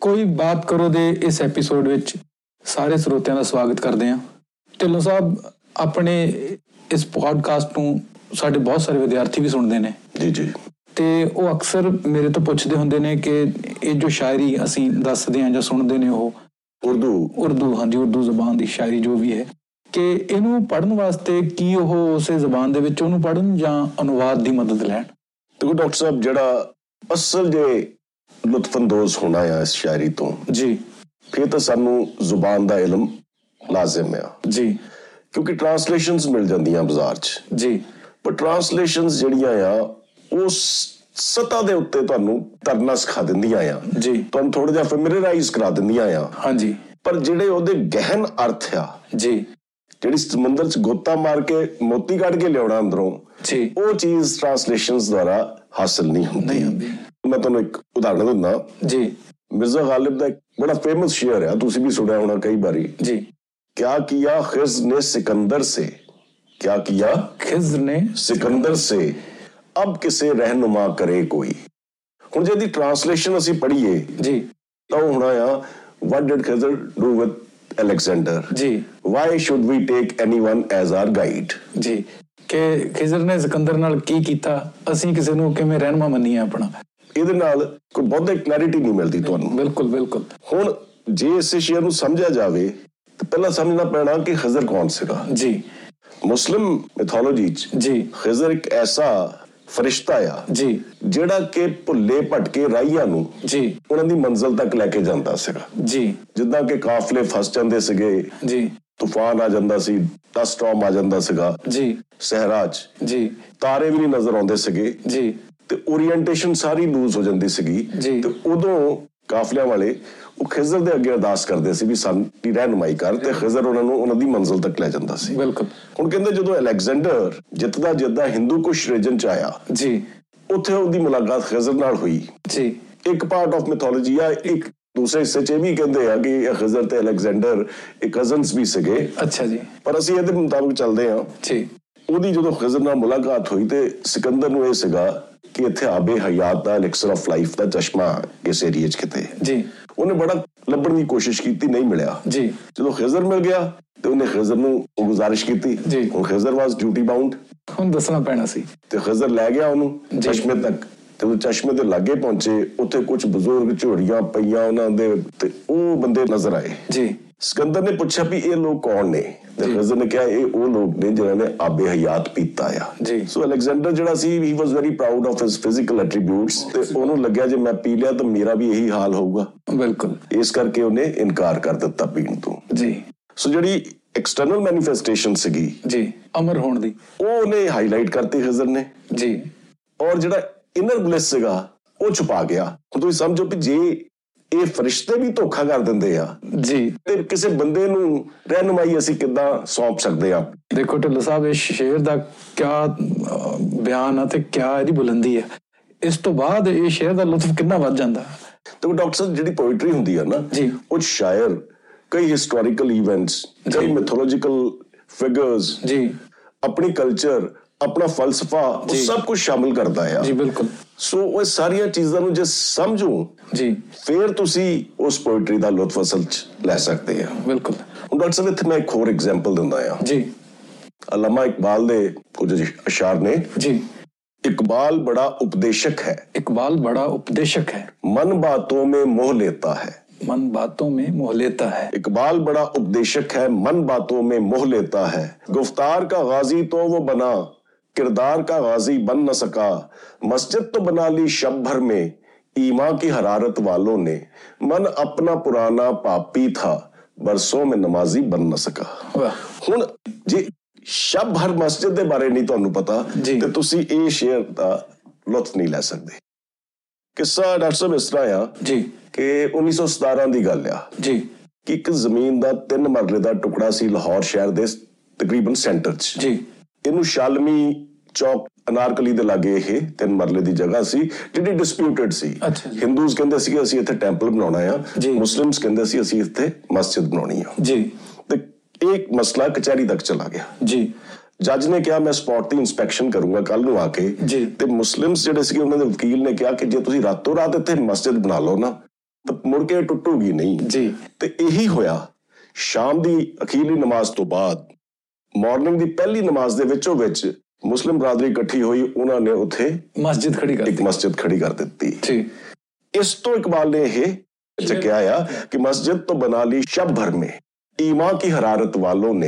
ਕੋਈ ਬਾਤ ਕਰੋ ਦੇ ਇਸ ਐਪੀਸੋਡ ਵਿੱਚ ਸਾਰੇ ਸਰੋਤਿਆਂ ਦਾ ਸਵਾਗਤ ਕਰਦੇ ਹਾਂ ਢਿੱਲੋਂ ਸਾਹਿਬ ਆਪਣੇ ਇਸ ਪੋਡਕਾਸਟ ਨੂੰ ਸਾਡੇ ਬਹੁਤ ਸਾਰੇ ਵਿਦਿਆਰਥੀ ਵੀ ਸੁਣਦੇ ਨੇ ਜੀ ਜੀ ਤੇ ਉਹ ਅਕਸਰ ਮੇਰੇ ਤੋਂ ਪੁੱਛਦੇ ਹੁੰਦੇ ਨੇ ਕਿ ਇਹ ਜੋ ਸ਼ਾਇਰੀ ਅਸੀਂ ਦੱਸਦੇ ਹਾਂ ਜਾਂ ਸੁਣਦੇ ਨੇ ਉਹ ਉਰਦੂ ਉਰਦੂ ਹਾਂਜੀ ਉਰਦੂ ਜ਼ਬਾਨ ਦੀ ਸ਼ਾਇਰੀ ਜੋ ਵੀ ਹੈ ਕਿ ਇਹਨੂੰ ਪੜਨ ਵਾਸਤੇ ਕੀ ਉਹ ਉਸੇ ਜ਼ਬਾਨ ਦੇ ਵਿੱਚ ਉਹਨੂੰ ਪੜਨ ਜਾਂ ਅਨੁਵਾਦ ਦੀ ਮਦਦ ਲੈਣ ਦੇਖੋ ਡਾਕਟਰ ਸਾਹਿਬ ਜਿਹੜਾ ਅਸਲ ਜੇ ਲੁਤਫਅੰਦੋਜ਼ ਹੋਣਾ ਆ ਇਸ ਸ਼ਾਇਰੀ ਤੋਂ ਜੀ ਫਿਰ ਤਾਂ ਸਾਨੂੰ ਜ਼ੁਬਾਨ ਦਾ ਇਲਮ ਲਾਜ਼ਮ ਆ ਜੀ ਕਿਉਂਕਿ ਟਰਾਂਸਲੇਸ਼ਨਸ ਮਿਲ ਜਾਂਦੀਆਂ ਬਾਜ਼ਾਰ 'ਚ ਜੀ ਪਰ ਟਰਾਂਸਲੇਸ਼ਨਸ ਜਿਹੜੀਆਂ ਆ ਉਸ ਸਤਾ ਦੇ ਉੱਤੇ ਤੁਹਾਨੂੰ ਤਰਨਾ ਸਿਖਾ ਦਿੰਦੀਆਂ ਆ ਜੀ ਤੁਹਾਨੂੰ ਥੋੜਾ ਜਿਹਾ ਫੈਮਿਲੀਅਰਾਈਜ਼ ਕਰਾ ਦਿੰਦੀਆਂ ਆ ਹਾਂਜੀ ਪਰ ਜਿਹੜੇ ਉਹਦੇ ਗਹਿਨ ਅਰਥ ਆ ਜੀ ਜਿਹੜੀ ਸਮੁੰਦਰ 'ਚ ਗੋਤਾ ਮਾਰ ਕੇ ਮੋਤੀ ਕੱਢ ਕੇ ਲਿਆਉਣਾ ਅੰਦਰੋਂ ਜੀ ਉਹ ਚੀਜ਼ ਟਰਾਂਸਲੇਸ਼ਨਸ ਦੁਆਰਾ ਹਾਸਲ ਨਹੀਂ ਹੁੰਦੀ ਨਹੀਂ ਹੁੰਦੀ ਮੈਂ ਤੁਹਾਨੂੰ ਇੱਕ ਉਦਾਹਰਣ ਦਿੰਦਾ ਜੀ ਮਿਰਜ਼ਾ ਗਾਲਿਬ ਦਾ ਇੱਕ ਬੜਾ ਫੇਮਸ ਸ਼ੇਅਰ ਆ ਤੁਸੀਂ ਵੀ ਸੁਣਿਆ ਹੋਣਾ ਕਈ ਵਾਰੀ ਜੀ ਕਿਆ ਕੀਆ ਖਿਜ਼ ਨੇ ਸਿਕੰਦਰ ਸੇ ਕਿਆ ਕੀਆ ਖਿਜ਼ਰ ਨੇ ਸਿਕੰਦਰ ਸੇ ਅਬ ਕਿਸੇ ਰਹਿਨੁਮਾ ਕਰੇ ਕੋਈ ਹੁਣ ਜੇ ਦੀ ਟਰਾਂਸਲੇਸ਼ਨ ਅਸੀਂ ਪੜ੍ਹੀਏ ਜੀ ਤਾਂ ਉਹ ਹੋਣਾ ਆ what did Khizr do with Alexander ji why should we take anyone as our guide ਜੀ ਕਿ ਖਿਜ਼ਰ ਨੇ ਸਿਕੰਦਰ ਨਾਲ ਕੀ ਕੀਤਾ ਅਸੀਂ ਕਿਸੇ ਨੂੰ ਕਿਵੇਂ ਰਹਿਨਮਾ ਮੰਨੀਏ ਆਪਣਾ ਇਹਦੇ ਨਾਲ ਕੋਈ ਬਹੁਤੀ ਕਲੈਰਿਟੀ ਨਹੀਂ ਮਿਲਦੀ ਤੁਹਾਨੂੰ ਬਿਲਕੁਲ ਬਿਲਕੁਲ ਹੁਣ ਜੇ ਇਸ ਸ਼ੇਅਰ ਨੂੰ ਸਮਝਿਆ ਜਾਵੇ ਤਾਂ ਪਹਿਲਾਂ ਸਮਝਣਾ ਪੈਣਾ ਕਿ ਖਿਜ਼ਰ ਕੌਣ ਸੀਗਾ ਜੀ ਮੁਸਲਿਮ ਮਿਥੋਲੋਜੀ 'ਚ ਜੀ ਖਿਜ਼ਰ ਇੱਕ ਐਸਾ ਫਰਿਸ਼ਤਾ ਆ ਜੀ ਜਿਹੜਾ ਕਿ ਭੁੱਲੇ ਭਟਕੇ ਰਾਹੀਆਂ ਨੂੰ ਜੀ ਉਹਨਾਂ ਦੀ ਮੰਜ਼ਲ ਤੱਕ ਲੈ ਕੇ ਜਾਂਦਾ ਸੀਗਾ ਜੀ ਜਿੱਦਾਂ ਕਿ ਕਾਫਲੇ ਫਸ ਜਾਂਦੇ ਸੀਗੇ ਜੀ ਤੂਫਾਨ ਆ ਜਾਂਦਾ ਸੀ ਡਸਟ ਸਟਾਰਮ ਆ ਜਾਂਦਾ ਸੀਗਾ ਜੀ ਸਹਿਰਾ 'ਚ ਜੀ ਤਾਰੇ ਵੀ ਨਹੀਂ ਨਜ਼ਰ ਆਉਂਦੇ ਸੀਗੇ ਜੀ ਤੇ ਓਰੀਐਂਟੇਸ਼ਨ ਸਾਰੀ ਲੂਜ਼ ਹੋ ਜਾਂਦੀ ਸੀਗੀ ਜੀ। ਤੇ ਉਦੋਂ ਕਾਫਲਿਆਂ ਵਾਲੇ ਉਹ ਖਿਜ਼ਰ ਦੇ ਅੱਗੇ ਅਰਦਾਸ ਕਰਦੇ ਸੀ ਵੀ ਸਾਡੀ ਰਹਿਨਮਾਈ ਕਰ ਤੇ ਖਿਜ਼ਰ ਉਹਨਾਂ ਨੂੰ ਉਹਨਾਂ ਦੀ ਮੰਜ਼ਿਲ ਤੱਕ ਲੈ ਜਾਂਦਾ ਸੀ ਬਿਲਕੁਲ ਹੁਣ ਕਹਿੰਦੇ ਜਦੋਂ ਅਲੈਗਜ਼ੈਂਡਰ ਜਿੱਤਦਾ ਜਿੱਤਦਾ ਹਿੰਦੂ ਕੁਸ਼ ਰੀਜਨ ਚ ਆਇਆ ਜੀ ਉੱਥੇ ਉਹਦੀ ਮੁਲਾਕਾਤ ਖਿਜ਼ਰ ਨਾਲ ਹੋਈ ਜੀ ਇੱਕ ਪਾਰਟ ਆਫ ਮਿਥੋਲੋਜੀ ਆ ਇੱਕ ਦੂਸਰੇ ਹਿੱਸੇ 'ਚ ਇਹ ਵੀ ਕਹਿੰਦੇ ਆ ਕਿ ਇਹ ਖਿਜ਼ਰ ਤੇ ਅਲੈਗਜ਼ੈਂਡਰ ਇਹ ਕਜ਼ਨਸ ਵੀ ਸੀਗੇ ਅੱਛਾ ਜੀ ਪਰ ਅਸੀਂ ਇਹਦੇ ਮੁਤਾਬਕ ਚੱਲਦੇ ਆ ਜੀ ਉਹਦੀ ਜਦੋਂ ਖਿਜ਼ਰ ਨਾਲ ਮੁਲਾਕਾਤ ਹੋਈ ਤੇ ਸਿਕੰਦਰ ਨੂੰ ਇਹ ਸੀਗਾ ਕਿ ਇੱਥੇ ਆਬੇ ਹਯਾਤ ਦਾ ਐਲਿਕਸਰ ਆਫ ਲਾਈਫ ਦਾ ਚਸ਼ਮਾ ਇਸ ਏਰੀਏ 'ਚ ਕਿਤੇ ਹੈ। ਜੀ ਉਹਨੇ ਬੜਾ ਲੱਭਣ ਦੀ ਕੋਸ਼ਿਸ਼ ਕੀਤੀ ਨਹੀਂ ਮਿਲਿਆ ਜੀ ਜਦੋਂ ਖਿਜ਼ਰ ਮਿਲ ਗਿਆ ਤੇ ਉਹਨੇ ਖਿਜ਼ਰ ਨੂੰ ਉਹ ਗੁਜ਼ਾਰਿਸ਼ ਜੀ। ਕੀਤੀ ਉਹ ਖਿਜ਼ਰ ਵਾਸ ਡਿਊਟੀ ਬਾਉਂਡ ਹੁਣ ਦੱਸਣਾ ਪੈਣਾ ਸੀ ਤੇ ਖਿਜ਼ਰ ਲੈ ਗਿਆ ਉਹਨੂੰ ਜੀ। ਚਸ਼ਮੇ ਤੱਕ ਤੇ ਉਹ ਚਸ਼ਮੇ ਦੇ ਲਾਗੇ ਪਹੁੰਚੇ ਉੱਥੇ ਕੁਝ ਬਜ਼ੁਰਗ ਝੋੜੀਆਂ ਪਈਆਂ ਉਹਨਾਂ ਦੇ ਤੇ ਉਹ ਬੰਦੇ ਨਜ਼ਰ ਆਏ ਜੀ ਸਿਕੰਦਰ ਨੇ ਪੁੱਛਿਆ ਵੀ ਇਹ ਲੋਕ ਕੌਣ ਨੇ ਤੇ ਖਿਜ਼ਰ ਨੇ ਕਿਹਾ ਇਹ ਉਹ ਲੋਕ ਨੇ ਜਿਨ੍ਹਾਂ ਨੇ ਆਬੇ ਹਯਾਤ ਪੀਤਾ ਆ ਜੀ। ਸੋ ਅਲੈਗਜ਼ੈਂਡਰ ਜਿਹੜਾ ਸੀ he was very proud of his physical attributes ਤੇ ਉਹਨੂੰ ਲੱਗਿਆ ਜੇ ਮੈਂ ਪੀ ਲਿਆ ਤਾਂ ਮੇਰਾ ਵੀ ਇਹੀ ਹਾਲ ਹੋਊਗਾ ਬਿਲਕੁਲ ਇਸ ਕਰਕੇ ਉਹਨੇ ਇਨਕਾਰ ਕਰ ਦਿੱਤਾ ਪੀਣ ਤੋਂ ਜੀ ਸੋ ਜਿਹੜੀ ਐਕਸਟਰਨਲ ਮੈਨੀਫੈਸਟੇਸ਼ਨ ਸੀਗੀ ਜੀ ਅਮਰ ਹੋਣ ਦੀ ਉਹ ਉਹਨੇ ਹਾਈਲਾਈਟ ਕਰਤੀ ਖਿਜ਼ਰ ਨੇ ਜੀ ਔਰ ਜਿਹੜਾ ਇਨਰ ਬਲਿਸ ਸੀਗਾ ਉਹ ਛੁਪਾ ਗਿਆ ਹੁਣ ਤੁਸੀਂ ਸਮਝੋ ਕਿ ਜੇ ਇਹ ਫਰਿਸ਼ਤੇ ਵੀ ਧੋਖਾ ਕਰ ਦਿੰਦੇ ਆ ਜੀ ਤੇ ਕਿਸੇ ਬੰਦੇ ਨੂੰ ਰਹਿਨਮਾਈ ਅਸੀਂ ਕਿੱਦਾਂ ਸੌਂਪ ਸਕਦੇ ਆ ਦੇਖੋ ਢਿੱਲੋਂ ਸਾਹਿਬ ਇਸ ਸ਼ੇਰ ਦਾ ਕਿਆ ਅਹ, ਬਿਆਨ ਆ ਤੇ ਕਿਆ ਇਹਦੀ ਬੁਲੰਦੀ ਹੈ ਇਸ ਤੋਂ ਬਾਅਦ ਇਹ ਸ਼ੇਰ ਦਾ ਲੁਤਫ ਕਿੰਨਾ ਵੱਧ ਜਾਂਦਾ ਤੇ ਡਾਕਟਰ ਸਾਹਿਬ ਜਿਹੜੀ ਪੋਇਟਰੀ ਹੁੰਦੀ ਆ ਨਾ ਜੀ। ਉਹ ਸ਼ਾਇਰ ਕਈ ਹਿਸਟੋਰੀਕਲ ਇਵੈਂਟਸ ਕਈ ਮਿਥੋਲੋਜੀਕਲ ਫਿਗਰਸ ਜੀ ਆਪਣੀ ਕਲਚਰ ਆਪਣਾ ਫਲਸਫਾ ਉਹ ਜੀ। ਸਭ ਕੁਝ ਸ਼ਾਮਿਲ ਕਰਦਾ ਆ ਜੀ ਬਿਲਕੁਲ ਸੋ ਉਹ ਸਾਰੀਆਂ ਚੀਜ਼ਾਂ ਨੂੰ ਜੇ ਸਮਝੋ ਜੀ ਫਿਰ ਤੁਸੀਂ ਉਸ ਪੋਇਟਰੀ ਦਾ ਲੁਤਫ ਅਸਲ ਚ ਲੈ ਸਕਦੇ ਆ ਬਿਲਕੁਲ ਹੁਣ ਡਾਕਟਰ ਸਾਹਿਬ ਇੱਥੇ ਮੈਂ ਇੱਕ ਹੋਰ ਐਗਜ਼ਾਮਪਲ ਦਿੰਦਾ ਆ ਜੀ ਅਲਮਾ ਇਕਬਾਲ ਦੇ ਕੁਝ ਅਸ਼ਾਰ ਨੇ ਜੀ ਇਕਬਾਲ ਬੜਾ ਉਪਦੇਸ਼ਕ ਹੈ इकबाल बड़ा उपदेशक है ਮਨ ਬਾਤੋਂ ਮੇ ਮੋਹ ਲੇਤਾ ਹੈ मन बातों में मोह लेता है इकबाल बड़ा उपदेशक है मन बातों में मोह लेता है गुफ्तार का गाजी तो वो बना किरदार का गाजी बन न सका मस्जिद तो बना ली शब भर में ईमा की हरारत वालों ने मन अपना पुराना पापी था बरसों में नमाजी बन न सका वाह ਹੁਣ ਜੇ ਸ਼ਬ ਹਰ ਮਸਜਿਦ ਦੇ ਬਾਰੇ ਨਹੀਂ ਤੁਹਾਨੂੰ ਪਤਾ ਜੀ। ਤੇ ਤੁਸੀਂ ਇਹ ਸ਼ੇਅਰ ਦਾ ਲੁਤਫ ਨਹੀਂ ਲੈ ਸਕਦੇ ਕਿੱਸਾ ਡਾਕਟਰ ਸਾਹਿਬ ਇਸ ਤਰ੍ਹਾਂ ਆ जी ਕਿ 1917 ਦੀ ਗੱਲ ਆ जी ਕਿ ਇੱਕ ਜ਼ਮੀਨ ਦਾ ਤਿੰਨ ਮਰਲੇ ਦਾ ਟੁਕੜਾ ਸੀ ਲਾਹੌਰ ਸ਼ਹਿਰ ਦੇ ਤਕਰੀਬਨ ਸੈਂਟਰ 'ਚ जी ਇਹਨੂੰ ਸ਼ਾਲਮੀ ਚੌਕ ਅਨਾਰਕਲੀ ਦੇ ਲਾਗੇ ਇਹ ਤਿੰਨ ਮਰਲੇ ਦੀ ਜਗ੍ਹਾ ਸੀ ਜਿਹੜੀ ਡਿਸਪਿਊਟਡ ਸੀ ਅੱਛਾ ਜੀ। ਹਿੰਦੂਸ ਕਹਿੰਦੇ ਸੀ ਕਿ ਅਸੀਂ ਇੱਥੇ ਟੈਂਪਲ ਬਣਾਉਣਾ ਆ ਜੀ। ਮੁਸਲਿਮਸ ਕਹਿੰਦੇ ਸੀ ਅਸੀਂ ਇੱਥੇ ਮਸਜਿਦ ਬਣਾਉਣੀ ਆ जी ਤੇ ਇਹ ਇੱਕ ਮਸਲਾ ਕਚਹਿਰੀ ਤੱਕ ਚਲਾ ਗਿਆ जी ਜੱਜ ਨੇ ਕਿਹਾ ਮੈਂ ਸਪੌਟ ਦੀ ਇਨਸਪੈਕਸ਼ਨ ਕਰੂੰਗਾ ਕੱਲ ਨੂੰ ਆ ਕੇ ਜੀ। ਤੇ ਮੁਸਲਿਮਸ ਜਿਹੜੇ ਸੀਗੇ ਉਹਨਾਂ ਦੇ ਵਕੀਲ ਨੇ ਕਿਹਾ ਕਿ ਜੇ ਤੁਸੀਂ ਰਾਤੋਂ ਰਾਤ ਇੱਥੇ ਮਸਜਿਦ ਬਣਾ ਲਓ ਨਾ ਤਾਂ ਮੁੜ ਕੇ ਟੁੱਟੂਗੀ ਨਹੀਂ ਜੀ ਤੇ ਇਹੀ ਹੋਇਆ ਸ਼ਾਮ ਦੀ ਅਖੀਰਲੀ ਨਮਾਜ਼ ਤੋਂ ਬਾਅਦ ਮਾਰਨਿੰਗ ਦੀ ਪਹਿਲੀ ਨਮਾਜ਼ ਦੇ ਵਿੱਚੋਂ ਵਿੱਚ ਮੁਸਲਿਮ ਬਰਾਦਰੀ ਇਕੱਠੀ ਹੋਈ ਉਹਨਾਂ ਨੇ ਉੱਥੇ ਮਸਜਿਦ ਖੜੀ ਕਰ ਇੱਕ ਦਿੱਤੀ ਮਸਜਿਦ ਖੜੀ ਕਰ ਦਿੱਤੀ ਜੀ ਇਸ ਤੋਂ ਇਕਬਾਲ ने ਇਹ ਚੱਕਿਆ ਆ कि मस्जिद तो बना ली शब भर में ईमा की हरारत वालों ने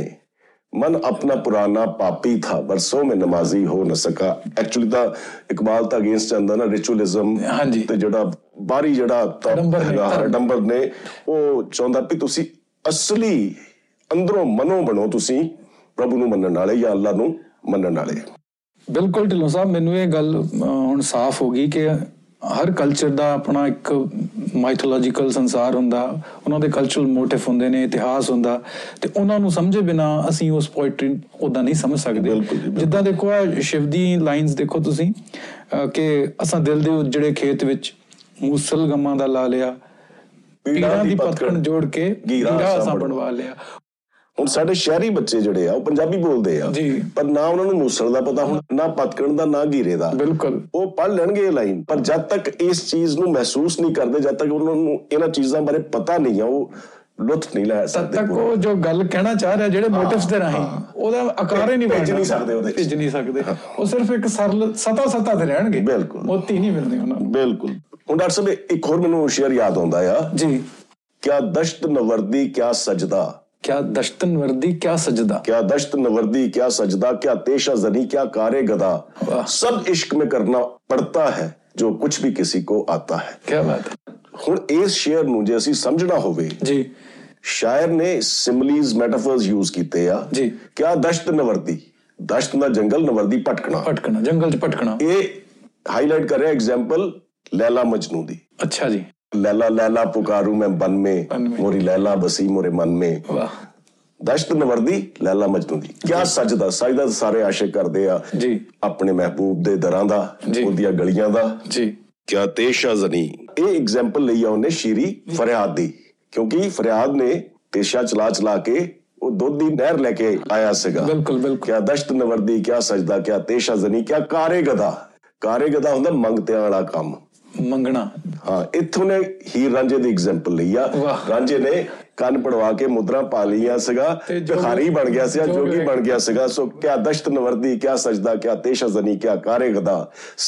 मन अपना पुराना पापी था बरसों में नमाजी हो न सका एक्चुअली ਤਾਂ ਇਕਬਾਲ ਤਾਂ ਅਗੇਂਸਟ ਜਾਂਦਾ ਨਾ ਰਿਚੁਅਲਿਜ਼ਮ ਹਾਂਜੀ। ਤੇ ਜਿਹੜਾ ਬਾਹਰੀ ਜਿਹੜਾ ਤਾਂ ਆਡੰਬਰ ਨੇ, ਹੈਗਾ, ਧਰਮ। ਆਡੰਬਰ ਨੇ ਉਹ ਚਾਹੁੰਦਾ ਵੀ ਤੁਸੀਂ ਅਸਲੀ ਅੰਦਰੋਂ ਮਨੋਂ ਬਣੋ ਤੁਸੀਂ ਪ੍ਰਭੂ ਨੂੰ ਮੰਨਣ ਵਾਲੇ ਜਾਂ ਅੱਲਾ ਨੂੰ ਮੰਨਣ ਵਾਲੇ ਬਿਲਕੁਲ ਢਿੱਲੋਂ ਸਾਹਿਬ ਮੈਨੂੰ ਇਹ ਗੱਲ ਅਹ, ਹੁਣ ਸਾਫ਼ ਹੋ ਗਈ ਕਿ ਹਰ ਕਲਚਰ ਦਾ ਆਪਣਾ ਇੱਕ ਮਾਈਥੋਲੋਜੀਕਲ ਸੰਸਾਰ ਹੁੰਦਾ ਉਹਨਾਂ ਦੇ ਕਲਚਰਲ ਮੋਟਿਵ ਹੁੰਦੇ ਨੇ ਇਤਿਹਾਸ ਹੁੰਦਾ ਤੇ ਉਹਨਾਂ ਨੂੰ ਸਮਝੇ ਬਿਨਾ ਅਸੀਂ ਉਸ ਪੋਇਟਰੀ ਉਦਾਂ ਨਹੀਂ ਸਮਝ ਸਕਦੇ ਬਿਲਕੁਲ ਜੀ, ਬਿਲਕੁਲ। ਜਿੱਦਾਂ ਦੇਖੋ ਆਹ ਸ਼ਿਵ ਦੀ ਲਾਈਨਸ ਦੇਖੋ ਤੁਸੀਂ ਅਹ, ਕਿ ਅਸਾਂ ਦਿਲ ਦੇ ਉਜੜੇ ਖੇਤ ਵਿੱਚ ਮੂਸਲ ਗਮਾਂ ਦਾ ਲਾ ਲਿਆ ਪੀੜਾਂ ਦੀ ਪਤਕਣ ਜੋੜ ਕੇ ਗੀਰਾ ਗੀਰਾ ਅਸਾਂ ਅਸਾਂ ਬਣਵਾ ਬਣਵਾ ਲਿਆ ਹੁਣ ਸਾਡੇ ਸ਼ਹਿਰੀ ਬੱਚੇ ਜਿਹੜੇ ਆ ਉਹ ਪੰਜਾਬੀ ਬੋਲਦੇ ਆ ਜੀ। ਪਰ ਨਾ ਉਹਨਾਂ ਨੂੰ ਮੂਸਲ ਦਾ ਪਤਾ ਹੁਣ ਨਾ ਪਤਕਣ ਦਾ ਨਾ ਗੀਰੇ ਦਾ ਬਿਲਕੁਲ ਉਹ ਪੜ ਲੈਣਗੇ ਇਹ ਲਾਈਨ ਪਰ ਜਦ ਤੱਕ ਇਸ ਚੀਜ਼ ਨੂੰ ਮਹਿਸੂਸ ਨਹੀਂ ਕਰਦੇ ਜਦ ਤੱਕ ਉਹਨਾਂ ਨੂੰ ਇਹਨਾਂ ਚੀਜ਼ਾਂ ਬਾਰੇ ਪਤਾ ਨਹੀਂ ਆ ਉਹ ਲੁਤਫ ਨਹੀਂ ਲੈ ਤਦ ਸਕਦੇ ਤੱਕ ਉਹ ਜੋ ਗੱਲ ਕਹਿਣਾ ਚਾਹ ਰਿਹਾ ਜਿਹੜੇ ਮੋਟਿਵਸ ਦੇ ਰਾਹੀਂ ਉਹਦਾ ਆਕਾਰ ਹੀ ਨਹੀਂ ਭਿੱਜ ਬਣਨਾ ਨਹੀਂ ਸਕਦੇ ਉਹਦੇ 'ਚ। ਭਿੱਜ ਨਹੀਂ ਸਕਦੇ ਉਹ ਸਿਰਫ ਇੱਕ ਸਰਲ ਸਤਾ ਸਤਾ ਤੇ ਰਹਿਣਗੇ ਬਿਲਕੁਲ। ਮੋਤੀ ਨਹੀਂ ਮਿਲਦੇ ਉਹਨਾਂ ਨੂੰ ਬਿਲਕੁਲ ਹੁਣ ਡਾਕਟਰ ਸਾਹਿਬ ਇੱਕ ਹੋਰ ਮੈਨੂੰ ਸ਼ੇਅਰ ਯਾਦ ਆਉਂਦਾ ਆ ਜੀ ਕਿਆ ਦਸ਼ਤ ਨਵਰਦੀ ਕਿਆ ਸਜਦਾ ਕਿਆ ਦਸ਼ਤਨ ਵਰਦੀ ਕਿਆ ਸਜਦਾ ਕਿਆ दश्त नवर्दी क्या सजदा क्या तेशा जनी क्या कारे गदा वाह। सब इश्क में करना पड़ता है जो कुछ भी किसी को आता है ਕਿਆ ਬਾਤ ਹੈ ਹੁਣ ਇਸ ਸ਼ੇਅਰ ਨੂੰ ਜੇ ਅਸੀਂ ਸਮਝਣਾ ਹੋਵੇ ਜੀ ਸ਼ਾਇਰ ਨੇ ਸਿਮਲੀਜ਼ ਮੈਟਾਫਰਸ ਯੂਜ਼ ਕੀਤੇ ਆ ਜੀ। ਕਿਆ ਦਸ਼ਤ ਨਵਰਦੀ ਦਸ਼ਤ ਦਾ ਜੰਗਲ ਨਵਰਦੀ ਭਟਕਣਾ ਭਟਕਣਾ ਜੰਗਲ 'ਚ ਭਟਕਣਾ ਇਹ ਹਾਈਲਾਈਟ ਕਰ ਰਿਹਾ ਐਗਜ਼ਾਮਪਲ ਲੈਲਾ ਮਜਨੂ ਦੀ ਅੱਛਾ ਜੀ ਲੈਲਾ ਲੈਲਾ ਪੁਕਾਰੂ ਮੈਂ ਬਨ ਮੇ बन में। ਮੋਰੀ ਲੈਲਾ ਬਸੀ ਮੋਰੇ ਮਨ ਮੇ ਵਾਹ ਦਸ਼ਤ ਨਵਰਦੀ ਲੈਲਾ ਮਜਨੂ ਦੀ ਕਿਆ ਸਜਦਾ ਸਜਦਾ ਤਾਂ ਸਾਰੇ ਆਸ਼ਿਕ ਕਰਦੇ ਆ ਜੀ ਆਪਣੇ ਮਹਿਬੂਬ ਦੇ ਦਰਾਂ ਦਾ ਜੀ। ਉਹਦੀਆਂ ਗਲੀਆਂ ਦਾ ਜੀ ਕਿਆ ਤੇਸ਼ਾ ਜ਼ਨੀ ਇਹ ਐਗਜ਼ਾਮਪਲ ਲਈ ਆ ਉਹਨੇ ਸ਼ੀਰੀ ਫਰਿਆਦ ਦੀ ਕਿਉਂਕਿ ਫਰਿਆਦ ਨੇ ਤੇਸ਼ਾ ਚਲਾ ਚਲਾ ਕੇ ਉਹ ਦੁੱਧ ਦੀ ਨਹਿਰ ਲੈ ਕੇ ਆਇਆ ਸੀਗਾ ਬਿਲਕੁਲ ਬਿਲਕੁਲ ਕਿਆ ਦਸ਼ਤ ਨਵਰਦੀ ਕਿਆ ਸਜਦਾ ਕਿਆ ਤੇਸ਼ਾ ਜ਼ਨੀ ਕਿਆ ਕਾਰੇ ਗਦਾ ਕਾਰੇ ਗਦਾ ਹੁੰਦਾ ਮੰਗਤਿਆਂ ਵਾਲਾ ਕੰਮ ਮੰਗਣਾ ਹਾਂ ਇੱਥੋਂ ਨੇ ਹੀਰ ਰਾਂਝੇ ਦੀ ਐਗਜ਼ਾਮਪਲ ਲਈ ਆ ਵਾਹ। ਰਾਂਝੇ ਨੇ ਕੰਨ ਪੜਵਾ ਕੇ ਮੁਦਰਾ ਪਾ ਲਈਆਂ ਸੀਗਾ ਤੇ ਜੋਗੀ- ਭਿਖਾਰੀ ਬਣ ਗਿਆ ਸੀਗਾ ਜੋਗੀ ਜੋਗੀ ਬਣ ਬਣ ਗਿਆ ਸੀਗਾ ਸੋ ਕਿਆ ਦਸ਼ਤ ਨਵਰਦੀ ਕਿਆ ਸਜਦਾ ਕਿਆ ਤੇਸ਼ਾ ਜ਼ਨੀ ਕਿਆ ਕਾਰੇ ਗਦਾ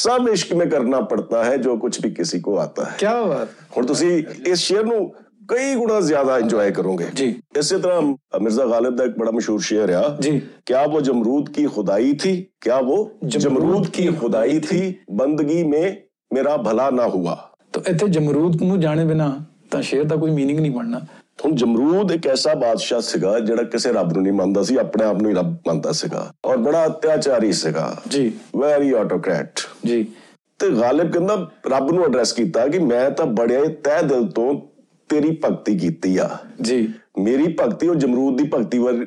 ਸਭ ਇਸ਼ਕ ਮੇ ਕਰਨਾ ਪੜਤਾ ਹੈ ਜੋ ਕੁਝ ਵੀ ਕਿਸੇ ਕੋ ਆਤਾ ਹੈ ਕਿਆ ਬਾਤ ਹੁਣ ਤੁਸੀਂ ਇਸ ਸ਼ੇਅਰ ਨੂੰ ਕਈ ਗੁਣਾ ਜ਼ਿਆਦਾ ਇੰਜੋਏ ਕਰੋਗੇ ਜੀ। ਇਸੇ ਤਰ੍ਹਾਂ ਮਿਰਜ਼ਾ ਗਾਲਿਬ ਦਾ ਇੱਕ ਬੜਾ ਮਸ਼ਹੂਰ ਸ਼ੇਅਰ ਆ ਜੀ। क्या वो जमरूद की खुदाई थी क्या वो जमरूद की खुदाई थी बंदगी में मेरा भला ना हुआ ਤਾਂ ਇੱਥੇ ਜਮਰੂਦ ਨੂੰ ਜਾਣੇ ਬਿਨਾ ਤਾਂ ਸ਼ੇਰ ਦਾ ਕੋਈ ਮੀਨਿੰਗ ਨਹੀਂ ਬਣਨਾ ਹੁਣ ਜਮਰੂਦ ਇੱਕ ਐਸਾ ਬਾਦਸ਼ਾਹ ਸੀਗਾ ਜਿਹੜਾ ਕਿਸੇ ਰੱਬ ਨੂੰ ਨਹੀਂ ਮੰਨਦਾ ਸੀ ਆਪਣੇ ਆਪ ਨੂੰ ਹੀ ਰੱਬ ਮੰਨਦਾ ਸੀਗਾ ਔਰ ਬੜਾ ਅਤਿਆਚਾਰੀ ਸੀਗਾ ਜੀ ਵੈਰੀ ਆਟੋਕ੍ਰੈਟ ਜੀ ਤੇ ਗਾਲਿਬ ਕਹਿੰਦਾ ਰੱਬ ਨੂੰ ਐਡਰੈਸ ਕੀਤਾ ਕਿ ਮੈਂ ਤਾਂ ਬੜੇ ਤਹਿ ਦਿਲ ਤੋਂ ਤੇਰੀ ਭਗਤੀ ਕੀਤੀ ਆ ਜੀ ਮੇਰੀ ਭਗਤੀ ਉਹ ਜਮਰੂਦ ਦੀ ਭਗਤੀ ਵਰ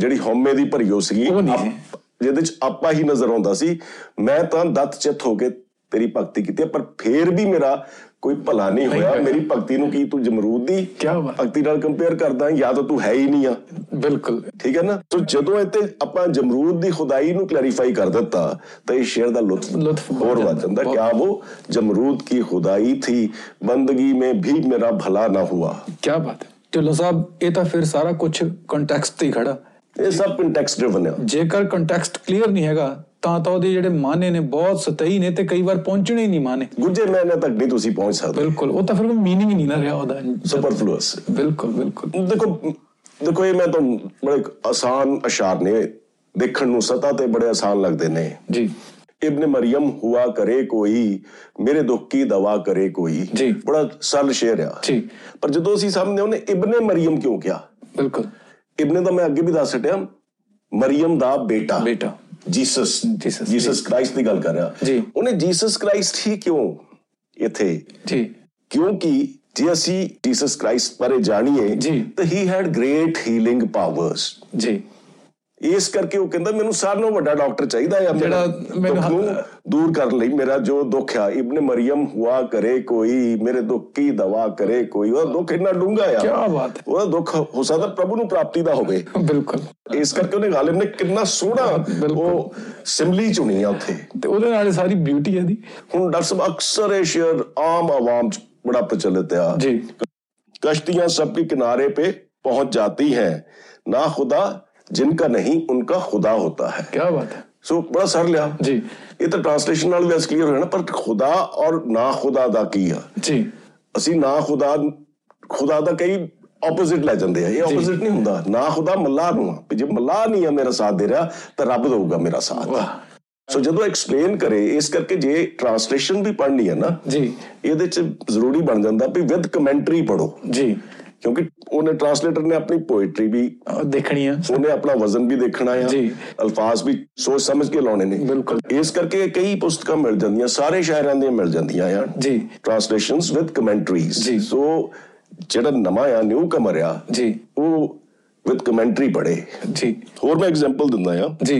ਜਿਹੜੀ ਹਉਮੈ ਦੀ ਭਰੀ ਹੋ ਸੀਗੀ ਉਹ ਨਹੀਂ ਸੀ। ਆਪ- ਜਿਹਦੇ ਚ ਆਪਾ ਹੀ ਨਜ਼ਰ ਆਉਂਦਾ ਸੀ ਮੈਂ ਤਾਂ ਦਤ ਚਿੱਤ ਹੋ ਕੇ ਤੇਰੀ ਭਗਤੀ ਕੀਤੀ ਆ, ਪਰ ਫੇਰ ਵੀ ਮੇਰਾ ਕੋਈ ਭਲਾ ਨਹੀਂ ਨਹੀਂ ਹੋਇਆ ਹੋਇਆ। ਮੇਰੀ ਭਗਤੀ ਨੂੰ ਕੀ ਤੂੰ ਜਮਰੂਦ ਦੀ ਕਿਆ ਬਾਤ। ਭਗਤੀ ਨਾਲ ਕੰਪੇਅਰ ਕਰਦਾ ਹੈ? ਜਾਂ ਤਾਂ ਤੂੰ ਹੈ ਹੀ ਨਹੀਂ ਆ ਬਿਲਕੁਲ ਠੀਕ ਹੈ ਨਾ ਸੋ ਜਦੋਂ ਇੱਥੇ ਆਪਾਂ ਜਮਰੂਦ ਦੀ ਖੁਦਾਈ ਨੂੰ ਕਲੈਰੀਫਾਈ ਕਰ ਦਿੱਤਾ ਤਾਂ ਇਹ ਸ਼ੇਰ ਦਾ ਲੁਤਫ ਲੁਤਫ ਬਹੁਤ ਹੋਰ ਵੱਧ ਜ਼ਿਆਦਾ, ਬਹੁਤ। ਜਾਂਦਾ ਕਿਆ ਉਹ ਜਮਰੂਦ ਕੀ ਖੁਦਾਈ ਥੀ ਬੰਦਗੀ ਮੇਂ ਵੀ ਮੇਰਾ ਭਲਾ ਨਾ ਹੁਆ ਕਿਆ ਬਾਤ ਹੈ ਢਿੱਲੋਂ ਸਾਹਿਬ ਇਹ ਤਾਂ ਫਿਰ ਸਾਰਾ ਕੁਝ ਕੰਟੈਕਸਟ ਤੇ ਹੀ ਖੜਾ ਇਹ ਸਭ ਕੰਟੈਕਸਟ ਡਿਵਨ ਹੈ ਜੇਕਰ ਕੰਟੈਕਸਟ ਕਲੀਅਰ ਨਹੀਂ ਹੈਗਾ ਤਾਂ ਤਾਂ ਉਹਦੇ ਜਿਹੜੇ ਮਾਨੇ ਨੇ ਬਹੁਤ ਸਤਹੀ ਨੇ ਤੇ ਕਈ ਵਾਰ ਪਹੁੰਚਣੇ ਹੀ ਨਹੀਂ ਮਾਨੇ ਗੁੱਜੇ ਮੈਨੇ ਤੱਕ ਨਹੀਂ ਤੁਸੀਂ ਪਹੁੰਚ ਸਕਦੇ ਬਿਲਕੁਲ ਉਹ ਤਾਂ ਫਿਰ ਮੀਨਿੰਗ ਹੀ ਨਹੀਂ ਨਾ ਰਿਹਾ ਉਹਦਾ ਸੁਪਰਫਲੂਅਸ ਬਿਲਕੁਲ ਬਿਲਕੁਲ ਦੇਖੋ ਦੇਖੋ ਇਹ ਮੈਂ ਤੁਹਾਨੂੰ ਬੜੇ ਆਸਾਨ ਅਸ਼ਾਰ ਨੇ ਦੇਖਣ ਨੂੰ ਸਤਾ ਤੇ ਬੜੇ ਆਸਾਨ ਲੱਗਦੇ ਨੇ ਜੀ ਇਬਨ ਮਰੀਮ ਹੁਆ ਕਰੇ ਕੋਈ ਮੇਰੇ ਦੁੱਖ ਕੀ ਦਵਾ ਕਰੇ ਕੋਈ ਜੀ। ਬੜਾ ਸਰਲ ਸ਼ੇਰ ਆ ਜੀ ਪਰ ਜਦੋਂ ਅਸੀਂ ਸਾਹਮਣੇ ਉਹਨੇ ਇਬਨ ਮਰੀਮ ਕਿਉਂ ਕਿਹਾ ਬਿਲਕੁਲ ਇਬਨ ਦਾ ਮੈਂ ਅੱਗੇ ਵੀ ਦੱਸ ਛੱਡਿਆ ਮਰੀਮ ਦਾ ਬੇਟਾ ਬੇਟਾ ਜੀਸਸ Jesus, ਜੀਸਸ ਕ੍ਰਾਈਸਟ ਦੀ ਗੱਲ ਕਰ ਰਿਹਾ ਜੀ। ਉਹਨੇ ਜੀਸਸ ਕ੍ਰਾਈਸਟ ਹੀ ਕਿਉਂ ਇੱਥੇ ਜੀ ਕਿਉਂਕਿ ਜੇ ਅਸੀਂ ਜੀਸਸ ਕ੍ਰਾਈਸਟ ਬਾਰੇ ਜਾਣੀਏ ਜੀ। ਤਾਂ he had great healing powers ਜੀ ਇਸ ਕਰਕੇ ਉਹ ਕਹਿੰਦਾ ਮੈਨੂੰ ਸਾਰਿਆਂ ਨਾਲੋਂ ਵੱਡਾ ਡਾਕਟਰ ਚਾਹੀਦਾ ਹੈ ਜਿਹੜਾ ਮੈਨੂੰ- ਦੂਰ ਕਰਨ ਲਈ ਮੇਰਾ ਜੋ ਦੁੱਖ ਆ ਇਬਨ ਮਰੀਮ ਹੁਆ ਕਰੇ ਕੋਈ ਮੇਰੇ ਦੁੱਖ ਕੀ ਦਵਾ ਕਰੇ ਕੋਈ ਉਹਦਾ ਦੁੱਖ ਇੰਨਾ ਡੂੰਘਾ ਆ ਕਿਆ ਬਾਤ ਹੈ। ਉਹਦਾ ਦੁੱਖ ਹੋ ਸਕਦਾ ਪ੍ਰਭੂ ਨੂੰ ਪ੍ਰਾਪਤੀ ਦਾ ਹੋਵੇ ਬਿਲਕੁਲ ਇਸ ਕਰਕੇ ਉਹਨੇ ਗਾਲਿਬ ਨੇ ਕਿੰਨਾ ਸੋਹਣਾ ਬਿਲਕੁਲ। ਉਹ ਸਿਮਲੀ ਚੁਣੀ ਆ ਉੱਥੇ ਤੇ ਉਹਦੇ ਨਾਲ ਹੀ ਸਾਰੀ ਬਿਊਟੀ ਇਹਦੀ ਹੁਣ ਡਾਕਟਰ ਸਾਹਿਬ ਅਕਸਰ ਇਹ ਸ਼ੇਅਰ ਆਮ ਆਵਾਮ ਚ बड़ा प्रचलित है आज जी कश्तियां सबके किनारे पे पहुंच जाती हैं ना खुदा जिनका नहीं उनका खुदा होता है क्या बात है ਸੋ ਬੜਾ ਸਰਲ ਆ ਜੀ ਇਹ ਤਾਂ ਟ੍ਰਾਂਸਲੇਸ਼ਨ ਨਾਲ ਵੀ ਕਲੀਅਰ ਹੋਇਆ ਨਾ ਪਰ ਖੁਦਾ ਔਰ ਨਾ ਖੁਦਾ ਦਾ ਕੀ ਆ ਜੀ ਅਸੀਂ ਨਾ ਖੁਦਾ ਖੁਦਾ ਦਾ ਕਈ ਆਪੋਜ਼ਿਟ ਲੈ ਜਾਂਦੇ ਆ ਇਹ ਆਪੋਜ਼ਿਟ ਨਹੀਂ ਹੁੰਦਾ ਨਾ ਖੁਦਾ ਮੱਲਾ ਨੂੰ ਆ ਵੀ ਜੇ ਮੱਲਾ ਨਹੀਂ ਆ ਮੇਰਾ ਸਾਥ ਦੇ ਰਿਹਾ ਤਾਂ ਰੱਬ ਦਊਗਾ ਮੇਰਾ ਸਾਥ ਵਾਹ ਸੋ ਜਦੋਂ ਐਕਸਪਲੇਨ ਕਰੇ ਇਸ ਕਰਕੇ ਜੇ ਟ੍ਰਾਂਸਲੇਸ਼ਨ ਵੀ ਪੜ੍ਹਨੀ ਹੈ ਨਾ ਜੀ ਇਹਦੇ ਚ ਜ਼ਰੂਰੀ ਬਣ ਜਾਂਦਾ ਵੀ ਵਿਦ ਕਮੈਂਟਰੀ ਪੜੋ ਜੀ ਕਿਉਂਕਿ ਉਹਨੇ ਟ੍ਰਾਂਸਲੇਟਰ ਨੇ ਆਪਣੀ ਪੋਇਟਰੀ ਵੀ ਅਹ ਦੇਖਣੀ ਆ ਉਹਨੇ ਆਪਣਾ ਵਜ਼ਨ ਵੀ ਦੇਖਣਾ ਆ ਜੀ। ਅਲਫਾਜ਼ ਵੀ ਸੋਚ ਸਮਝ ਕੇ ਲਾਉਣੇ ਨੇ ਬਿਲਕੁਲ। ਇਸ ਕਰਕੇ ਕਈ ਪੁਸਤਕਾਂ ਮਿਲ ਜਾਂਦੀਆਂ ਸਾਰੇ ਸ਼ਾਇਰਾਂ ਦੀਆਂ ਮਿਲ ਜਾਂਦੀਆਂ ਆ ਜੀ ਟ੍ਰਾਂਸਲੇਸ਼ਨਸ ਵਿਦ ਕਮੈਂਟਰੀਜ਼ ਜੀ। ਸੋ ਜਿਹੜਾ ਨਵਾਂ ਆ ਨਿਊ ਕਮਰ ਆ ਜੀ ਉਹ ਵਿਦ ਕਮੈਂਟਰੀ ਪੜੇ ਜੀ ਹੋਰ ਮੈਂ ਐਗਜ਼ਾਮਪਲ ਦਿੰਦਾ ਆ ਜੀ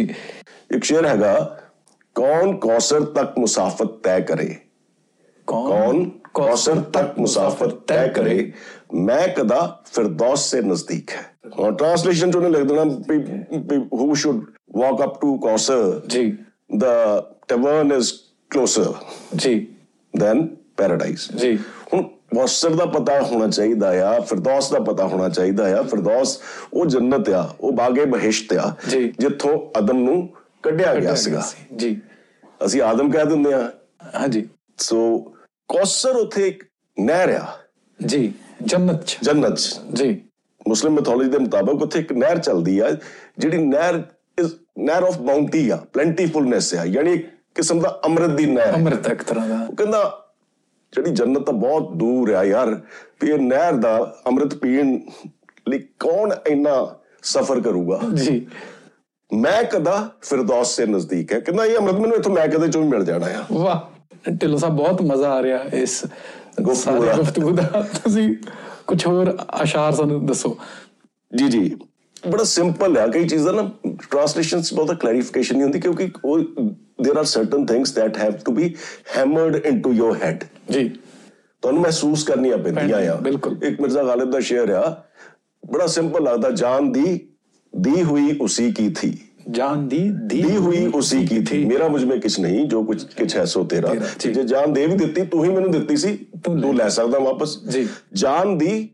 ਇੱਕ ਸ਼ੇਰ ਹੈਗਾ ਕੌਣ ਕੌਸਰ ਤੱਕ ਮੁਸਾਫਤ ਤੈਅ ਕਰੇ ਕੌਣ ਕੌਸਰ ਤੱਕ ਮੁਸਾਫਤ ਤੈਅ ਕਰੇ ਮੈਂ ਕਦਾ ਫਿਰਦੌਸ ਸੇ ਨਜ਼ਦੀਕ ਹੈ ਹੁਣ ਟ੍ਰਾਂਸਲੇਸ਼ਨ ਚੋਂ ਲਿਖ ਦੇਣਾ we who should walk up to Kausar ਜੀ the tavern is closer ਜੀ than paradise ਜੀ ਹੁਣ ਕੌਸਰ ਦਾ ਪਤਾ ਹੋਣਾ ਚਾਹੀਦਾ ਆ ਫਿਰਦੌਸ ਦਾ ਪਤਾ ਹੋਣਾ ਚਾਹੀਦਾ ਆ ਫਿਰਦੌਸ ਉਹ ਜੰਨਤ ਆ ਉਹ ਬਾਗੇ ਬਹਿਸ਼ਤ ਆ ਜੀ। ਜਿੱਥੋਂ ਆਦਮ ਨੂੰ ਕੱਢਿਆ ਗਿਆ ਸੀਗਾ ਜੀ ਅਸੀਂ ਆਦਮ ਕਹਿ ਦਿੰਦੇ ਆ ਹਾਂ ਜੀ ਸੋ ਕੌਸਰ ਉਥੇ ਇੱਕ ਨਹਿਰ ਆ ਜੀ ਜੰਨਤ ਚ। ਜੰਨਤ 'ਚ। ਜੀ ਮੁਸਲਿਮ ਮਿਥੋਲੋਜੀ ਦੇ ਮੁਤਾਬਕ ਉੱਥੇ ਇੱਕ ਨਹਿਰ ਚੱਲਦੀ ਆ ਜਿਹੜੀ ਨਹਿਰ ਇਸ ਨਹਿਰ ਆਫ ਬਾਉਂਟੀ ਆ ਪਲੈਂਟੀਫੁਲਨੈਸ ਆ ਯਾਨੀ ਇੱਕ ਕਿਸਮ ਦਾ ਅੰਮ੍ਰਿਤ ਦੀ ਨਹਿਰ ਹੈ। ਅੰਮ੍ਰਿਤ ਇੱਕ ਤਰ੍ਹਾਂ ਦਾ ਉਹ ਕਹਿੰਦਾ ਜਿਹੜੀ ਜੰਨਤ ਤਾਂ ਬਹੁਤ ਦੂਰ ਆ ਯਾਰ ਵੀ ਇਹ ਨਹਿਰ ਦਾ ਅੰਮ੍ਰਿਤ ਪੀਣ ਲਈ ਕੌਣ ਇੰਨਾ ਸਫ਼ਰ ਕਰੂਗਾ ਜੀ ਮੈਂ ਕਦਾ ਫਿਰਦੌਸ ਸੇ ਨਜ਼ਦੀਕ ਹੈ ਕਹਿੰਦਾ ਇਹ ਅੰਮ੍ਰਿਤ ਮੈਨੂੰ ਇੱਥੋਂ ਮੈਂ ਕਦੇ ਚੋਂ ਵੀ ਮਿਲ ਜਾਣਾ ਆ ਵਾਹ ਢਿੱਲੋਂ ਸਾਹਿਬ ਬਹੁਤ ਮਜ਼ਾ ਆ ਰਿਹਾ ਇਸ ਗੁਫ਼ਤਗੂ ਸਾਰੀ ਦਾ। ਗੁਫ਼ਤਗੂ ਦਾ ਤੁਸੀਂ ਕੁਝ ਹੋਰ ਅਸ਼ਾਰ ਸਾਨੂੰ ਦੱਸੋ ਜੀ ਜੀ ਬੜਾ ਸਿੰਪਲ ਆ ਕਈ ਚੀਜ਼ਾਂ ਨਾ ਟ੍ਰਾਂਸਲੇਸ਼ਨਸ ਬਹੁਤਾ ਕਲੈਰੀਫਿਕੇਸ਼ਨ ਨਹੀਂ ਹੁੰਦੀ ਕਿਉਂਕਿ ਉਹ there are certain things that have to be hammered into your head ਜੀ ਤੁਹਾਨੂੰ ਮਹਿਸੂਸ ਕਰਨੀਆਂ ਪੈਂਦੀਆਂ ਆ ਬਿਲਕੁਲ। ਇੱਕ ਮਿਰਜ਼ਾ ਗਾਲਿਬ ਦਾ ਸ਼ੇਰ ਆ ਬੜਾ ਸਿੰਪਲ ਲੱਗਦਾ ਜਾਨ ਦੀ ਦੀ ਹੋਈ ਉਸੀ ਕੀ ਥੀ ਜਾਨ ਦੀ ਦੀ ਦੀ ਹੋਈ ਉਸੀ ਕੀ ਥੀ ਮੇਰਾ ਮੁਝ ਮੇ ਕੁਛ ਨਹੀਂ ਜੋ ਕੁਛ ਕੁਛ ਹੈ ਸੋ ਤੇਰਾ ਤੇਰਾ, ਠੀਕ। ਜੇ ਜਾਨ ਦੇ ਵੀ ਦਿੱਤੀ ਤੂੰ ਹੀ ਮੈਨੂੰ ਦਿੱਤੀ ਸੀ ਤੂੰ ਲੈ ਤੂੰ ਲੈ ਸਕਦਾ ਵਾਪਸ ਜੀ। ਜਾਨ ਦੀ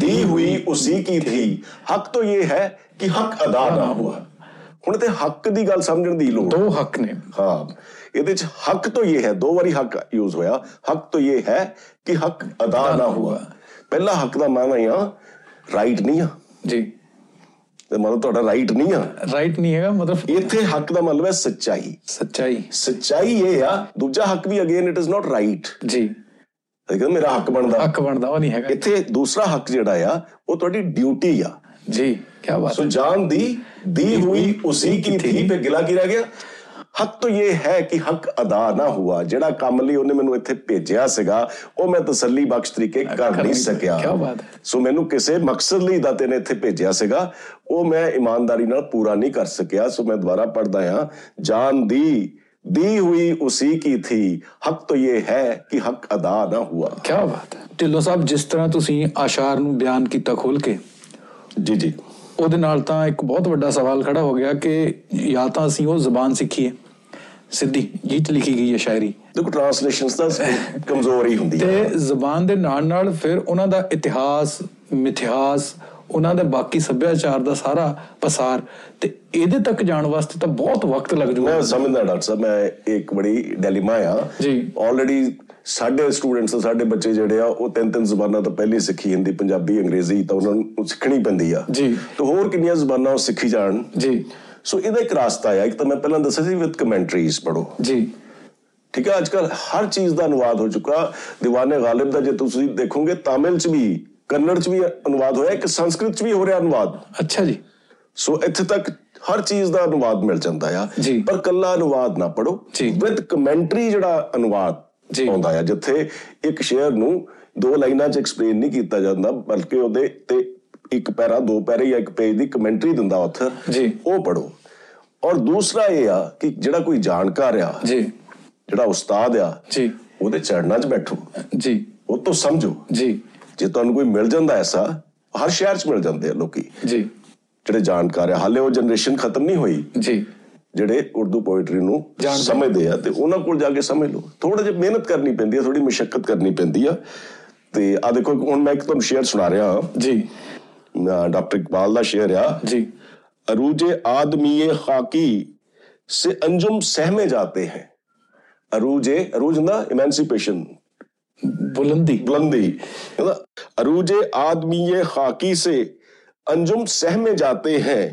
ਦੀ ਹੋਈ ਉਸੀ ਕੀ ਥੀ ਹੱਕ ਤਾਂ ਇਹ ਹੈ ਕਿ ਹੱਕ ਅਦਾ ਨਾ ਹੁਆ ਹੁਣ ਤੇ ਹੱਕ ਦੀ ਗੱਲ ਸਮਝਣ ਦੀ ਲੋੜ ਦੋ ਹੱਕ ਨੇ ਹਾਂ ਇਹਦੇ ਚ ਹੱਕ ਤੋਂ ਇਹ ਹੈ ਦੋ ਵਾਰੀ ਹੱਕ ਯੂਜ਼ ਹੋਇਆ ਹੱਕ ਤੋਂ ਇਹ ਹੈ ਕਿ ਹੱਕ ਅਦਾ ਨਾ ਹੁਆ ਪਹਿਲਾ ਹੱਕ ਦਾ ਮਾਨਾ ਆ ਰਾਈਟ ਨਹੀਂ ਆ ਜੀ ਤੇ ਮਤਲਬ ਤੁਹਾਡਾ ਰਾਈਟ ਨਹੀਂ ਆ ਰਾਈਟ ਨਹੀਂ ਹੈਗਾ ਮਤਲਬ ਇੱਥੇ ਹੱਕ ਦਾ ਮਤਲਬ ਹੈ ਸੱਚਾਈ ਸੱਚਾਈ ਸੱਚਾਈ ਇਹ ਆ ਦੂਜਾ ਹੱਕ ਵੀ again it is not right ਜੀ ਲੇਕਿਨ ਮੇਰਾ ਹੱਕ ਬਣਦਾ ਹੱਕ ਬਣਦਾ ਉਹ ਨਹੀਂ ਹੈਗਾ ਇੱਥੇ ਦੂਸਰਾ ਹੱਕ ਜਿਹੜਾ ਆ ਉਹ ਤੁਹਾਡੀ ਡਿਊਟੀ ਆ ਜੀ ਕੀ ਬਾਤ ਸੋ ਜਾਨ ਦੀ ਦੀ ਹੋਈ ਉਸੇ ਕੀ ਥੀ ਤੇ ਗਿਲਾ ਕੀ ਰਹਿ ਗਿਆ ਹੱਕ ਤਾਂ ਇਹ ਹੈ ਕਿ ਹੱਕ ਅਦਾ ਨਾ ਹੁਆ ਜਿਹੜਾ ਕੰਮ ਲਈ ਉਹਨੇ ਮੈਨੂੰ ਇੱਥੇ ਭੇਜਿਆ ਸੀਗਾ ਉਹ ਮੈਂ ਤਸੱਲੀ ਬਖਸ਼ ਤਰੀਕੇ ਕਰ ਕਰ ਨਹੀਂ ਨਹੀਂ ਸਕਿਆ ਕਿਆ ਬਾਤ ਹੈ। ਸੋ ਮੈਨੂੰ ਕਿਸੇ ਮਕਸਦ ਲਈ ਦਾਤੇ ਨੇ ਇੱਥੇ ਭੇਜਿਆ ਸੀਗਾ ਉਹ ਮੈਂ ਇਮਾਨਦਾਰੀ ਨਾਲ ਪੂਰਾ ਨਹੀਂ ਕਰ ਸਕਿਆ ਸੋ ਮੈਂ ਦੁਬਾਰਾ ਪੜਦਾ ਹਾਂ ਜਾਨ ਦੀ ਦੀ ਹੋਈ ਉਸੇ ਕੀ ਥੀ ਹੱਕ ਤਾਂ ਇਹ ਹੈ ਕਿ ਹੱਕ ਅਦਾ ਨਾ ਹੁਆ ਕੀ ਬਾਤ ਹੈ ਢਿੱਲੋਂ ਸਾਹਿਬ ਜਿਸ ਤਰ੍ਹਾਂ ਤੁਸੀਂ ਆਸ਼ਾਰ ਨੂੰ ਬਿਆਨ ਕੀਤਾ ਖੋਲ ਕੇ ਜੀ ਜੀ ਉਹਦੇ ਨਾਲ ਤਾਂ ਇੱਕ ਬਹੁਤ ਵੱਡਾ ਸਵਾਲ ਖੜਾ ਹੋ ਗਿਆ ਕਿ ਜਾਂ ਤਾਂ ਅਸੀਂ ਉਹ ਜ਼ਬਾਨ ਸਿੱਖੀਏ ਸਿੱਧੀ ਗੀਤ ਲਿਖੀ ਗਈ ਹੈ ਸ਼ਾਇਰੀ ਦੇਖੋ ਟ੍ਰਾਂਸਲੇਸ਼ਨਸ ਤਾਂ ਕਮਜ਼ੋਰ ਹੀ ਹੁੰਦੀ ਹੈ ਤੇ ਜ਼ਬਾਨ ਦੇ ਨਾਲ ਨਾਲ ਫਿਰ ਉਹਨਾਂ ਦਾ ਇਤਿਹਾਸ ਮਿਥਿਹਾਸ ਉਹਨਾਂ ਦੇ ਬਾਕੀ ਸੱਭਿਆਚਾਰ ਦਾ ਸਾਰਾ ਪਸਾਰ ਤੇ ਇਹਦੇ ਤੱਕ ਜਾਣ ਵਾਸਤੇ ਤਾਂ ਬਹੁਤ ਵਕਤ ਲੱਗ ਮੈਂ ਜੂਗਾ ਸਮਝਦਾ ਡਾਕਟਰ ਸਾਹਿਬ ਮੈਂ ਇੱਕ ਬੜੀ ਡਿਲੇਮਾ ਆ ਜੀ। ਆਲਰੇਡੀ ਸਾਡੇ ਸਟੂਡੈਂਟਸ ਸਾਡੇ ਬੱਚੇ ਜਿਹੜੇ ਆ ਉਹ ਤਿੰਨ ਤਿੰਨ ਜ਼ਬਾਨਾਂ ਤਾਂ ਪਹਿਲੇ ਸਿੱਖੀ ਹਿੰਦੀ ਪੰਜਾਬੀ ਅੰਗਰੇਜ਼ੀ ਤਾਂ ਉਹਨਾਂ ਨੂੰ ਸਿੱਖਣੀ ਪੈਂਦੀ ਆ ਜੀ। ਤੇ ਹੋਰ ਕਿੰਨੀਆਂ ਜ਼ਬਾਨਾਂ ਉਹ ਸਿੱਖੀ ਜਾਣ ਜੀ ਸੋ ਇਹਦਾ ਇੱਕ ਰਾਸਤਾ ਆ ਇੱਕ ਤਾਂ ਮੈਂ ਪਹਿਲਾਂ ਦੱਸਿਆ ਸੀ ਵਿਦ ਕਮੈਂਟਰੀਜ਼ ਪੜੋ ਜੀ ਠੀਕ ਹੈ ਅੱਜ ਕੱਲ ਹਰ ਚੀਜ਼ ਦਾ ਅਨੁਵਾਦ ਹੋ ਚੁੱਕਾ دیਵਾਨੇ ਗਾਲਿਬ ਦਾ ਜੇ ਤੁਸੀਂ ਦੇਖੋਗੇ ਤਾਮਿਲ ਚ ਵੀ ਕੰਨੜ ਚ ਵੀ ਅਨੁਵਾਦ ਹੋਇਆ ਇੱਕ ਸੰਸਕ੍ਰਿਤ ਚ ਵੀ ਹੋ ਰਿਹਾ ਅਨੁਵਾਦ ਅੱਛਾ ਜੀ ਸੋ ਇੱਥੇ ਤੱਕ ਹਰ ਚੀਜ਼ ਦਾ ਅਨੁਵਾਦ ਮਿਲ ਜਾਂਦਾ ਆ ਜੀ। ਪਰ ਕੱਲਾ ਅਨੁਵਾਦ ਨਾ ਪੜੋ ਜੀ। ਵਿਦ ਕਮੈਂਟਰੀ ਜਿਹੜਾ ਜੀ। ਅਨੁਵਾਦ ਆਉਂਦਾ ਆ ਜਿੱਥੇ ਇੱਕ ਸ਼ੇਅਰ ਨੂੰ ਦੋ ਲਾਈਨਾਂ 'ਚ ਐਕਸਪਲੇਨ ਨਹੀਂ ਕੀਤਾ ਜਾਂਦਾ ਬਲਕਿ ਉਹਦੇ ਤੇ ਇੱਕ ਪੈਰਾ ਦੋ ਪੈਰੇ ਜਾਂ ਇੱਕ ਪੇਜ ਦੀ ਕਮੈਂਟਰੀ ਦਿੰਦਾ ਆਥਰ ਜੀ। ਉਹ ਪੜੋ ਔਰ ਦੂਸਰਾ ਇਹ ਆ ਕਿ ਜਿਹੜਾ ਕੋਈ ਜਾਣਕਾਰ ਆ ਜੀ ਜਿਹੜਾ ਉਸਤਾਦ ਆ ਜੀ ਉਹਦੇ ਚੜਨਾ 'ਚ ਬੈਠੋ ਜੀ ਉਹ ਤੋਂ ਸਮਝੋ ਜੀ ਜੇ ਤੁਹਾਨੂੰ ਕੋਈ ਮਿਲ ਜਾਂਦਾ ਐਸਾ ਹਰ ਸ਼ਹਿਰ 'ਚ ਮਿਲ ਜਾਂਦੇ ਆ ਲੋਕੀ ਜੀ ਜਿਹੜੇ ਜਾਣਕਾਰ ਆ ਹਾਲੇ ਉਹ ਜਨਰੇਸ਼ਨ ਖਤਮ ਨਹੀਂ ਹੋਈ ਜੀ ਜਿਹੜੇ ਉਰਦੂ ਪੋਇਟਰੀ ਨੂੰ ਜਾਣਦੇ ਸਮਝਦੇ ਆ ਤੇ ਉਹਨਾਂ ਕੋਲ ਜਾ ਕੇ ਸਮਝ ਲਓ ਥੋੜਾ ਜਿਹਾ ਮਿਹਨਤ ਕਰਨੀ ਪੈਂਦੀ ਆ ਥੋੜੀ ਮੁਸ਼ਕਲ ਕਰਨੀ ਪੈਂਦੀ ਆ ਤੇ ਆ ਦੇਖੋ ਇੱਕ- ਹੁਣ ਮੈਂ ਇੱਕ ਤੁਹਾਨੂੰ ਸ਼ੇਅਰ ਸੁਣਾ ਰਿਹਾ ਹਾਂ ਜੀ ਅ, ਡਾਕਟਰ ਇਕਬਾਲ ਦਾ ਸ਼ੇਅਰ ਆ जी अरूजे आदमी खाकी से अंजुम सहमे जाते हैं अरूजे अरूज ना इमेंसिपेशन बुलंदी बुलंदी है ना? अरूजे आदमी खाकी से अंजुम सहमे जाते हैं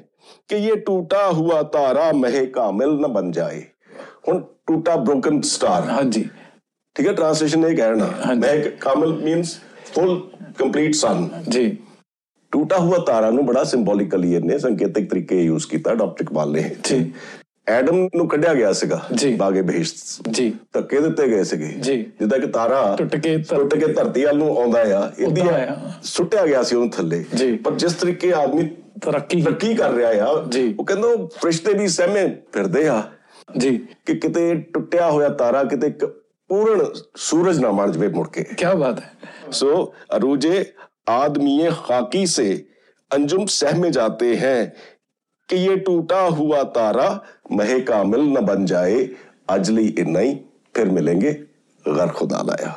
कि ये टूटा हुआ तारा महे कामिल न बन जाए हुन टूटा ब्रोकन स्टार हाँ जी ठीक है ट्रांसलेशन एक है ना हाँ जी। महे कामिल मींस फुल कंप्लीट सन जी ਟੂਟਾ ਹੋਇਆ ਤਾਰਾ ਨੂੰ ਬੜਾ ਸਿੰਬੋਲਿਕਲੀ ਇਹਨੇ ਸੰਕੇਤਕ ਤਰੀਕੇ ਯੂਜ਼ ਕੀਤਾ ਡਾਕਟਰ ਇਕਬਾਲ ਨੇ ਜੀ ਐਡਮ ਨੂੰ ਕੱਢਿਆ ਗਿਆ ਸੀਗਾ ਜੀ। ਬਾਗੇ ਬਹਿਸ਼ਤ जी ਧੱਕੇ ਦਿੱਤੇ ਗਏ ਸੀਗੇ ਜੀ। ਜਿੱਦਾਂ ਕਿ ਤਾਰਾ ਟੁੱਟ ਕੇ ਧਰ- ਟੁੱਟ ਕੇ ਧਰਤੀ ਵੱਲ ਨੂੰ ਆਉਂਦਾ ਆ ਉੱਦਾਂ ਆਇਆ। ਸੁੱਟਿਆ ਗਿਆ ਸੀ ਉਹਨੂੰ ਥੱਲੇ ਜੀ। ਪਰ ਜਿਸ ਤਰੀਕੇ ਆਦਮੀ तरक्की ਤਰੱਕੀ ਕਰ ਰਿਹਾ ਆ ਜੀ। ਉਹ ਕਹਿੰਦਾ ਉਹ ਫਰਿਸ਼ਤੇ ਵੀ ਸਹਿਮੇ ਫਿਰਦੇ ਆ जी ਕਿ ਕਿਤੇ ਟੁੱਟਿਆ ਹੋਇਆ ਤਾਰਾ ਕਿਤੇ ਇੱਕ ਪੂਰਨ ਸੂਰਜ ਨਾ ਬਣ ਜਵੇ ਮੁੜ ਕੇ क्या बात है सो अरूजे आदमी खाकी से अंजुम सहमे जाते हैं कि ये टूटा हुआ तारा महे कामिल न बन जाए अजली इन्ना ही फिर मिलेंगे गर खुदा लाया